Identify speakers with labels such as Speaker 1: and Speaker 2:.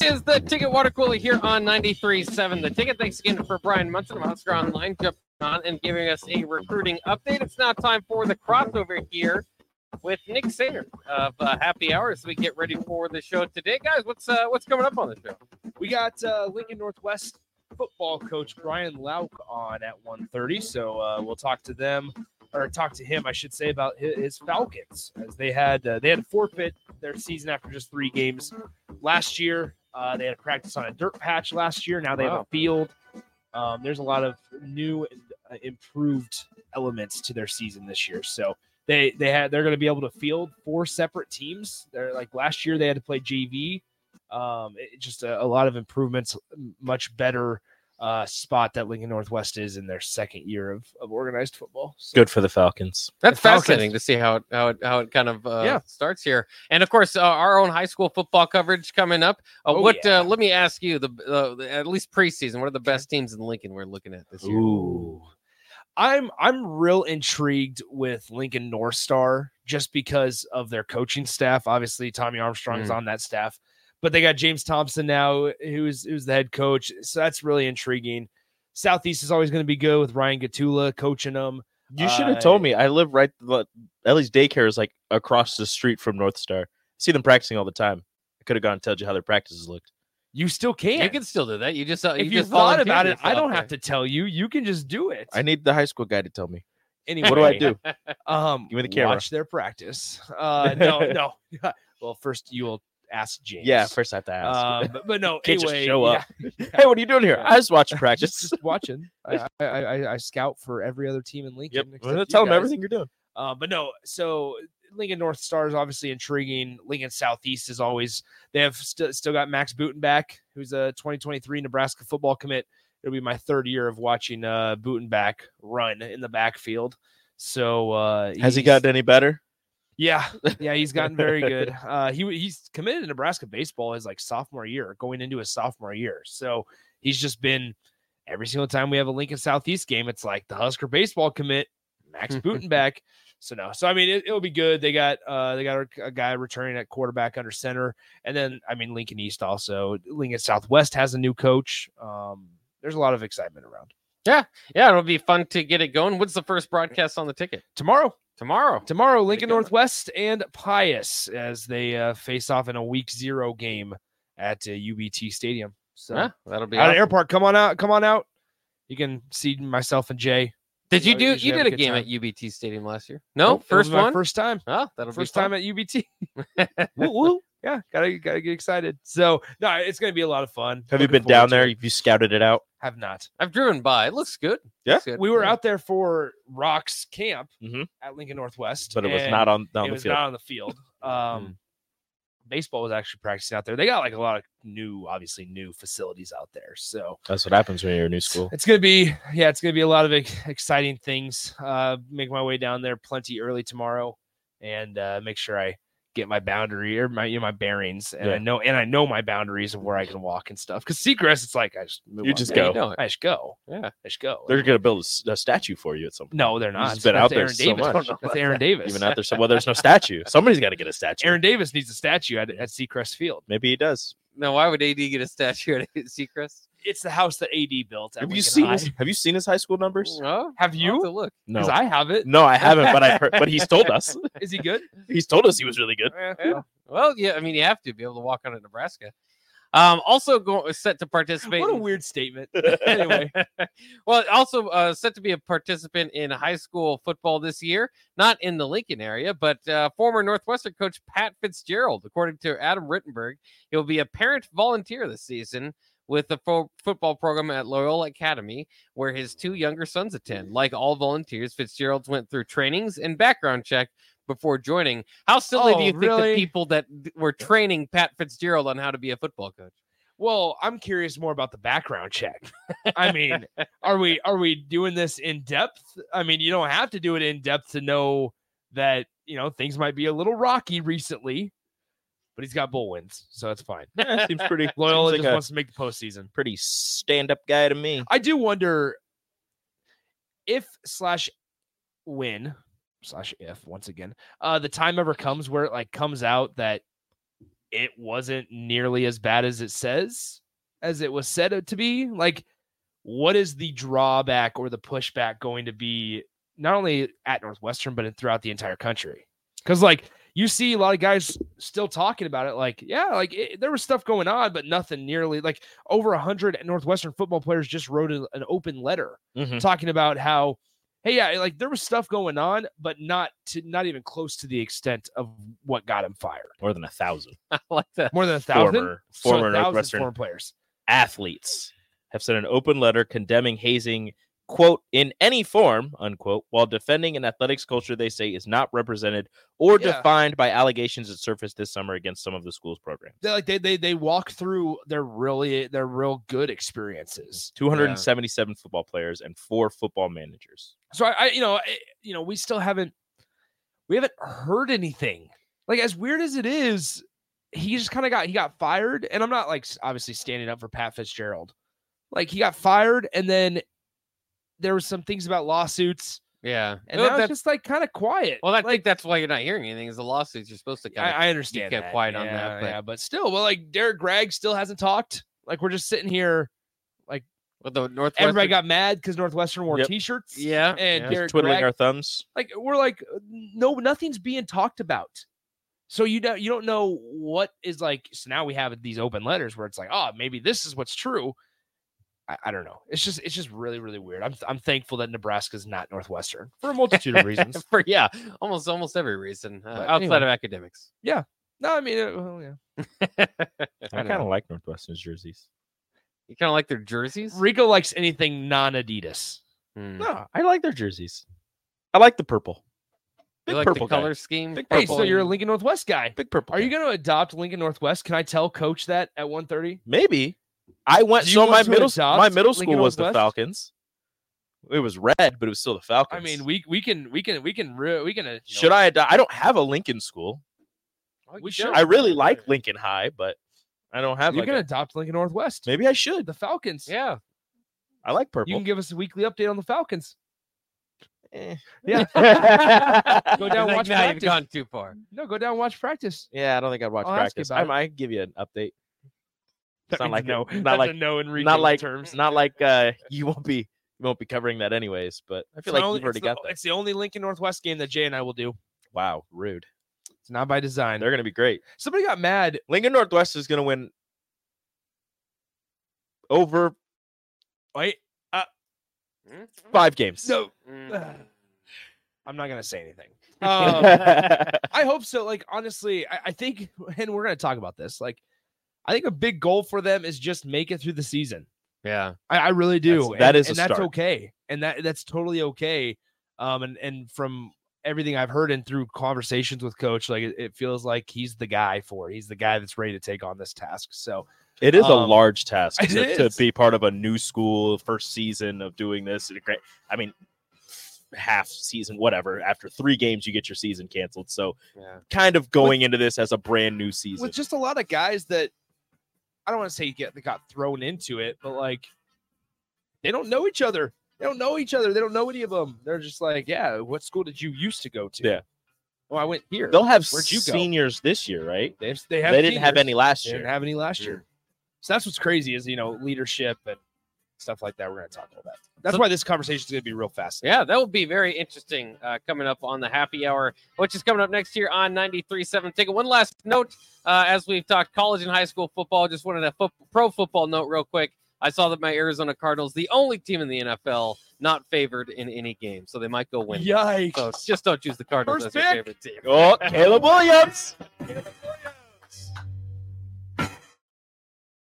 Speaker 1: is the Ticket Water Cooler here on 93.7. The Ticket, thanks again for Brian Munson of Husker Online jumping on and giving us a recruiting update. It's now time for the crossover here with Nick Singer of uh, Happy Hour as we get ready for the show today. Guys, what's uh, what's coming up on the show?
Speaker 2: We got uh, Lincoln Northwest football coach Brian Lauk on at 1.30, so uh, we'll talk to them or talk to him, I should say, about his, his Falcons as they had uh, they had to forfeit their season after just three games last year. Uh, they had a practice on a dirt patch last year. Now they have
Speaker 1: Wow.
Speaker 2: a field. Um, there's a lot of new and uh, improved elements to their season this year. So they they had they're going to be able to field four separate teams. They're like last year they had to play JV. Um, it, just a, a lot of improvements, m- much better uh, spot that Lincoln Northwest is in their second year of, of organized football. So-
Speaker 3: Good for the Falcons.
Speaker 1: That's
Speaker 2: The Falcons.
Speaker 1: fascinating to see how it how it how it kind of uh,
Speaker 2: Yeah.
Speaker 1: starts here, and of course uh, our own high school football coverage coming up. Uh,
Speaker 2: Oh,
Speaker 1: what?
Speaker 2: yeah.
Speaker 1: Uh, let me ask you the, uh, the at least preseason. What are the best teams in Lincoln we're looking at this year?
Speaker 2: Ooh. I'm I'm real intrigued with Lincoln North Star just because of their coaching staff. Obviously, Tommy Armstrong's
Speaker 1: Mm.
Speaker 2: on that staff, but they got James Thompson now, who's who's the head coach. So that's really intriguing. Southeast is always going to be good with Ryan Gatula coaching them.
Speaker 3: You should
Speaker 2: Uh,
Speaker 3: have told me. I live right. le- Ellie's daycare is like across the street from North Star. I see them practicing all the time. I could have gone and told you how their practices looked.
Speaker 2: You still can.
Speaker 1: You can still do that. You just uh,
Speaker 2: if you
Speaker 1: just
Speaker 2: thought
Speaker 1: volunteered
Speaker 2: about it, I
Speaker 1: yourself
Speaker 2: don't
Speaker 1: there.
Speaker 2: have to tell you. You can just do it.
Speaker 3: I need the high school guy to tell me.
Speaker 2: anyway,
Speaker 3: What do I do?
Speaker 2: Um,
Speaker 3: Give me the camera.
Speaker 2: Watch their practice. Uh, no, no. well, first you will ask James.
Speaker 3: yeah, first I have to ask.
Speaker 2: Um, but, but no,
Speaker 3: Can't just
Speaker 2: anyway,
Speaker 3: show
Speaker 2: yeah,
Speaker 3: up. hey, what are you doing here? I was watching
Speaker 2: just,
Speaker 3: practice.
Speaker 2: just watching. I, I, I, I scout for every other team in Lincoln.
Speaker 3: yep.
Speaker 2: except
Speaker 3: Well,
Speaker 2: you
Speaker 3: Tell them
Speaker 2: guys.
Speaker 3: everything you're doing.
Speaker 2: Uh, but no, so Lincoln North Star is obviously intriguing. Lincoln Southeast is always. They have st- still got Max Butenback, who's a 2023 Nebraska football commit. It'll be my third year of watching uh, Butenback run in the backfield. So uh,
Speaker 3: Has he
Speaker 2: he's-
Speaker 3: gotten any better?
Speaker 2: Yeah, yeah, he's gotten very good. Uh, he w- he's committed to Nebraska baseball his like sophomore year, going into his sophomore year. So he's just been every single time we have a Lincoln Southeast game, it's like the Husker baseball commit Max Butenbeck. so no, so I mean it, it'll be good. They got uh they got a, a guy returning at quarterback under center, and then I mean Lincoln East also. Lincoln Southwest has a new coach. Um, there's a lot of excitement around
Speaker 1: Yeah, it'll be fun to get it going. What's the first broadcast on the ticket
Speaker 2: tomorrow.
Speaker 1: tomorrow?
Speaker 2: Tomorrow, Lincoln
Speaker 1: go.
Speaker 2: Northwest and Pius as they uh, face off in a week zero game at uh, UBT Stadium. So
Speaker 1: Huh? that'll be.
Speaker 2: out of
Speaker 1: awesome.
Speaker 2: airport, come on out, come on out. You can see myself and Jay.
Speaker 1: Did you
Speaker 2: I
Speaker 1: do?
Speaker 2: usually
Speaker 1: You
Speaker 2: have
Speaker 1: did
Speaker 2: a
Speaker 1: a
Speaker 2: good
Speaker 1: game
Speaker 2: time.
Speaker 1: at UBT Stadium last year? No,
Speaker 2: Nope, it was
Speaker 1: first
Speaker 2: my
Speaker 1: one.
Speaker 2: First time,
Speaker 1: Oh, that'll
Speaker 2: first
Speaker 1: be fun.
Speaker 2: time at UBT. woo, woo. Yeah, gotta gotta get excited. So no, it's gonna be a lot of fun.
Speaker 3: Have you
Speaker 2: Looking
Speaker 3: been down
Speaker 2: forward
Speaker 3: there?
Speaker 2: to it.
Speaker 3: Have you scouted it out?
Speaker 2: Have not.
Speaker 1: I've driven by. It looks good.
Speaker 3: Yeah.
Speaker 1: Looks good.
Speaker 2: We were
Speaker 1: Yeah.
Speaker 2: out there for Rocks Camp
Speaker 3: Mhm.
Speaker 2: at Lincoln Northwest,
Speaker 3: But it was
Speaker 2: and-
Speaker 3: not on,
Speaker 2: it
Speaker 3: not on the
Speaker 2: was
Speaker 3: field. Hmm.
Speaker 2: not on the field. Um, baseball was actually practicing out there. They got like a lot of new, obviously new facilities out there. So
Speaker 3: That's what happens when you're in new school.
Speaker 2: it's gonna be, yeah, it's gonna be a lot of ex- exciting things. Uh, make my way down there plenty early tomorrow, and uh, make sure I get my boundary or my you know, my bearings, and I
Speaker 3: Yeah.
Speaker 2: know and I know my boundaries of where I can walk and stuff. Because seagrass, it's like I just move
Speaker 3: You
Speaker 2: on
Speaker 3: just
Speaker 2: down.
Speaker 1: Yeah,
Speaker 3: go.
Speaker 1: you know it.
Speaker 2: I just go.
Speaker 1: Yeah.
Speaker 2: I just go.
Speaker 3: They're going to build a s- a, statue for you at some point.
Speaker 2: no, they're not.
Speaker 3: just been
Speaker 2: That's
Speaker 3: out there
Speaker 2: Aaron
Speaker 3: so
Speaker 2: Davis.
Speaker 3: much.
Speaker 2: That's Aaron Davis.
Speaker 3: Even out there, so, well, there's no statue. Somebody's got to get a statue.
Speaker 2: Aaron Davis needs a statue at, at Seacrest Field.
Speaker 3: Maybe he does.
Speaker 1: Now, why would AD get a statue at Seacrest?
Speaker 2: it's the house that AD built. at
Speaker 3: Have you
Speaker 2: Lincoln
Speaker 3: seen?
Speaker 2: High.
Speaker 3: His, have you seen his high school numbers?
Speaker 1: No,
Speaker 2: Have
Speaker 1: I'll have to
Speaker 2: you?
Speaker 1: look.
Speaker 3: No,
Speaker 2: Because I have it.
Speaker 3: no, I haven't. But I heard. But he's told us.
Speaker 2: Is he good?
Speaker 3: He's told us he was really good.
Speaker 1: Yeah. Well, yeah, I mean, you have to be able to walk out of Nebraska. Um, also go, set to participate.
Speaker 2: What a
Speaker 1: in-
Speaker 2: weird statement. anyway,
Speaker 1: well, also uh, set to be a participant in high school football this year, not in the Lincoln area, but uh, former Northwestern coach Pat Fitzgerald, according to Adam Rittenberg, he'll be a parent volunteer this season with the fo- football program at Loyola Academy, where his two younger sons attend. Like all volunteers, Fitzgerald's went through trainings and background check before joining. How silly
Speaker 2: Oh,
Speaker 1: do you think
Speaker 2: really?
Speaker 1: the people that d- were training Pat Fitzgerald on how to be a football coach?
Speaker 2: well, I'm curious more about the background check. I mean, are we are we doing this in depth? I mean, you don't have to do it in depth to know that you know things might be a little rocky recently. But he's got bull wins, so it's fine.
Speaker 3: Yeah, seems pretty
Speaker 2: Loyola
Speaker 3: seems
Speaker 2: just
Speaker 3: like a
Speaker 2: wants to make the postseason.
Speaker 3: pretty stand-up guy to me.
Speaker 2: I do wonder if slash when slash if once again uh the time ever comes where it like comes out that it wasn't nearly as bad as it says, as it was said it to be. Like, what is the drawback or the pushback going to be, not only at Northwestern, but throughout the entire country? Because, like, you see a lot of guys still talking about it. Like, yeah, like it, there was stuff going on, but nothing nearly like over 100 Northwestern football players just wrote a- an open letter
Speaker 3: Mhm.
Speaker 2: talking about how hey yeah like there was stuff going on but not to not even close to the extent of what got him fired
Speaker 3: More than a thousand
Speaker 1: I like that.
Speaker 2: more than a thousand
Speaker 3: Former-
Speaker 2: So
Speaker 3: former
Speaker 2: a thousand
Speaker 3: Northwestern.
Speaker 2: former players
Speaker 3: athletes have sent an open letter condemning hazing, quote, in any form, unquote, while defending an athletics culture they say is not represented or
Speaker 2: Yeah.
Speaker 3: defined by allegations that surfaced this summer against some of the school's programs.
Speaker 2: they like they they, they walk through their really their real good experiences
Speaker 3: 277 football players and four football managers.
Speaker 2: so I, I you know I, you know we still haven't we haven't heard anything like as weird as it is he just kind of got he got fired and i'm not like s- obviously standing up for pat fitzgerald like he got fired and then there was some things about lawsuits
Speaker 1: Yeah.
Speaker 2: and
Speaker 1: Well,
Speaker 2: that was
Speaker 1: that's-
Speaker 2: just like kind of quiet
Speaker 1: well, I
Speaker 2: like
Speaker 1: think that's why you're not hearing anything is the lawsuits. You're supposed to kind of
Speaker 2: I, I understand
Speaker 1: kept
Speaker 2: that.
Speaker 1: quiet on that,
Speaker 2: Yeah,
Speaker 1: but-
Speaker 2: yeah, but still well like derek gregg still hasn't talked like we're just sitting here
Speaker 1: with the Northwestern.
Speaker 2: everybody got mad because northwestern wore
Speaker 3: Yep.
Speaker 2: t-shirts
Speaker 1: yeah.
Speaker 2: and
Speaker 1: yeah.
Speaker 2: Derek-
Speaker 3: Just twiddling
Speaker 2: Gregg-
Speaker 3: our thumbs.
Speaker 2: like we're like uh, no nothing's being talked about so you don't you don't know what is like so now we have these open letters where it's like oh maybe this is what's true i, I don't know it's just it's just really really weird i'm, I'm thankful that nebraska's not northwestern for a multitude of reasons
Speaker 1: for yeah, almost almost every reason uh,
Speaker 2: But
Speaker 1: outside
Speaker 2: anyway.
Speaker 1: of academics.
Speaker 2: no i mean uh, well, yeah
Speaker 3: I kind of like Northwestern's jerseys.
Speaker 1: You kind of like their jerseys.
Speaker 2: rico likes anything non-adidas
Speaker 1: Hmm.
Speaker 3: No, I like their jerseys. I like the purple. Big
Speaker 1: you like
Speaker 3: purple
Speaker 1: the color
Speaker 3: guy.
Speaker 1: scheme.
Speaker 3: Big
Speaker 2: hey
Speaker 3: purple
Speaker 2: so you're a
Speaker 3: and-
Speaker 2: lincoln northwest guy
Speaker 3: Big purple.
Speaker 2: are you
Speaker 3: guy.
Speaker 2: going to adopt lincoln northwest can i tell coach that at 1.30
Speaker 3: Maybe. I went.
Speaker 2: Do you
Speaker 3: So my
Speaker 2: want to
Speaker 3: middle my
Speaker 2: adopt
Speaker 3: middle school
Speaker 2: Lincoln
Speaker 3: was the
Speaker 2: Northwest?
Speaker 3: Falcons. It was red, but it was still the Falcons.
Speaker 2: i mean we we can we can we can re- we can uh, you know,
Speaker 3: should I adopt? I don't have a Lincoln school.
Speaker 1: Oh, you
Speaker 2: we
Speaker 1: do.
Speaker 2: should.
Speaker 3: I really like Lincoln High, but I don't have.
Speaker 2: you
Speaker 3: Like
Speaker 2: can
Speaker 3: a-
Speaker 2: adopt lincoln northwest
Speaker 3: maybe I should.
Speaker 2: the falcons
Speaker 1: Yeah.
Speaker 3: I like purple.
Speaker 2: You can give us a weekly update on the Falcons.
Speaker 3: Eh.
Speaker 2: Yeah.
Speaker 1: Go
Speaker 2: Go
Speaker 1: down.
Speaker 2: down,
Speaker 1: Like,
Speaker 2: watch
Speaker 1: now you've
Speaker 2: practice."
Speaker 1: gone too far.
Speaker 2: No, go down and watch practice.
Speaker 3: yeah, I don't think I'd watch
Speaker 2: I'll ask you
Speaker 3: practice.
Speaker 2: about
Speaker 3: I,
Speaker 2: it.
Speaker 3: I can give you an update. It's not like
Speaker 2: no.
Speaker 3: it- not like
Speaker 2: no in
Speaker 3: not like
Speaker 2: terms.
Speaker 3: not like uh you won't be you won't be covering that anyways. But I feel like you've already
Speaker 2: it's
Speaker 3: got
Speaker 2: the,
Speaker 3: that.
Speaker 2: It's the only Lincoln Northwest game that Jay and I will do.
Speaker 3: Wow, rude.
Speaker 2: It's not by design.
Speaker 3: They're gonna be great.
Speaker 2: Somebody got mad.
Speaker 3: Lincoln Northwest is gonna win over
Speaker 2: Wait,
Speaker 1: Hmm?
Speaker 3: five games.
Speaker 2: no,
Speaker 1: Mm.
Speaker 2: I'm not gonna say anything. Um, I hope so. Like honestly, I, I think, and we're gonna talk about this. Like, I think a big goal for them is just make it through the season.
Speaker 1: Yeah.
Speaker 2: I, I really do.
Speaker 3: That's- that
Speaker 2: and,
Speaker 3: is a
Speaker 2: and that's
Speaker 3: start.
Speaker 2: okay, and that that's totally okay. Um, and and from everything I've heard and through conversations with Coach, like it, it feels like he's the guy for. it. He's the guy that's ready to take on this task. So
Speaker 3: It is a
Speaker 2: Um,
Speaker 3: large task
Speaker 2: it
Speaker 3: to, to
Speaker 2: is.
Speaker 3: be part of a new school, first season of doing this. and gra- I mean, half season, whatever. After three games, you get your season canceled. So,
Speaker 1: Yeah.
Speaker 3: kind of going into this as a brand new season.
Speaker 2: with just a lot of guys that I don't want to say get that got thrown into it, but like they don't know each other. They don't know each other. They don't know any of them. They're just like, yeah, what school did you used to go to?
Speaker 3: Yeah.
Speaker 2: Oh, I went here.
Speaker 3: They'll have
Speaker 2: Where'd you go?
Speaker 3: seniors this year, right?
Speaker 2: They have, they
Speaker 3: They
Speaker 2: have
Speaker 3: didn't have
Speaker 2: seniors.
Speaker 3: any last
Speaker 2: They
Speaker 3: year.
Speaker 2: didn't have any last
Speaker 1: Mm.
Speaker 2: year. So that's what's crazy is you know leadership and stuff like that. We're going to talk about that. That's
Speaker 1: So-
Speaker 2: why this conversation is going to be real fast.
Speaker 1: Yeah, that will be very interesting uh, coming up on the happy hour, which is coming up next year on 93.7 Ticket. One last note uh, as we've talked college and high school football, just wanted a foot- pro football note real quick. I saw that my Arizona Cardinals, the only team in the NFL not favored in any game, so they might go win.
Speaker 2: Yikes!
Speaker 1: So just don't choose the Cardinals
Speaker 2: First
Speaker 1: as your
Speaker 2: pick.
Speaker 1: favorite team.
Speaker 3: Oh, Caleb Williams.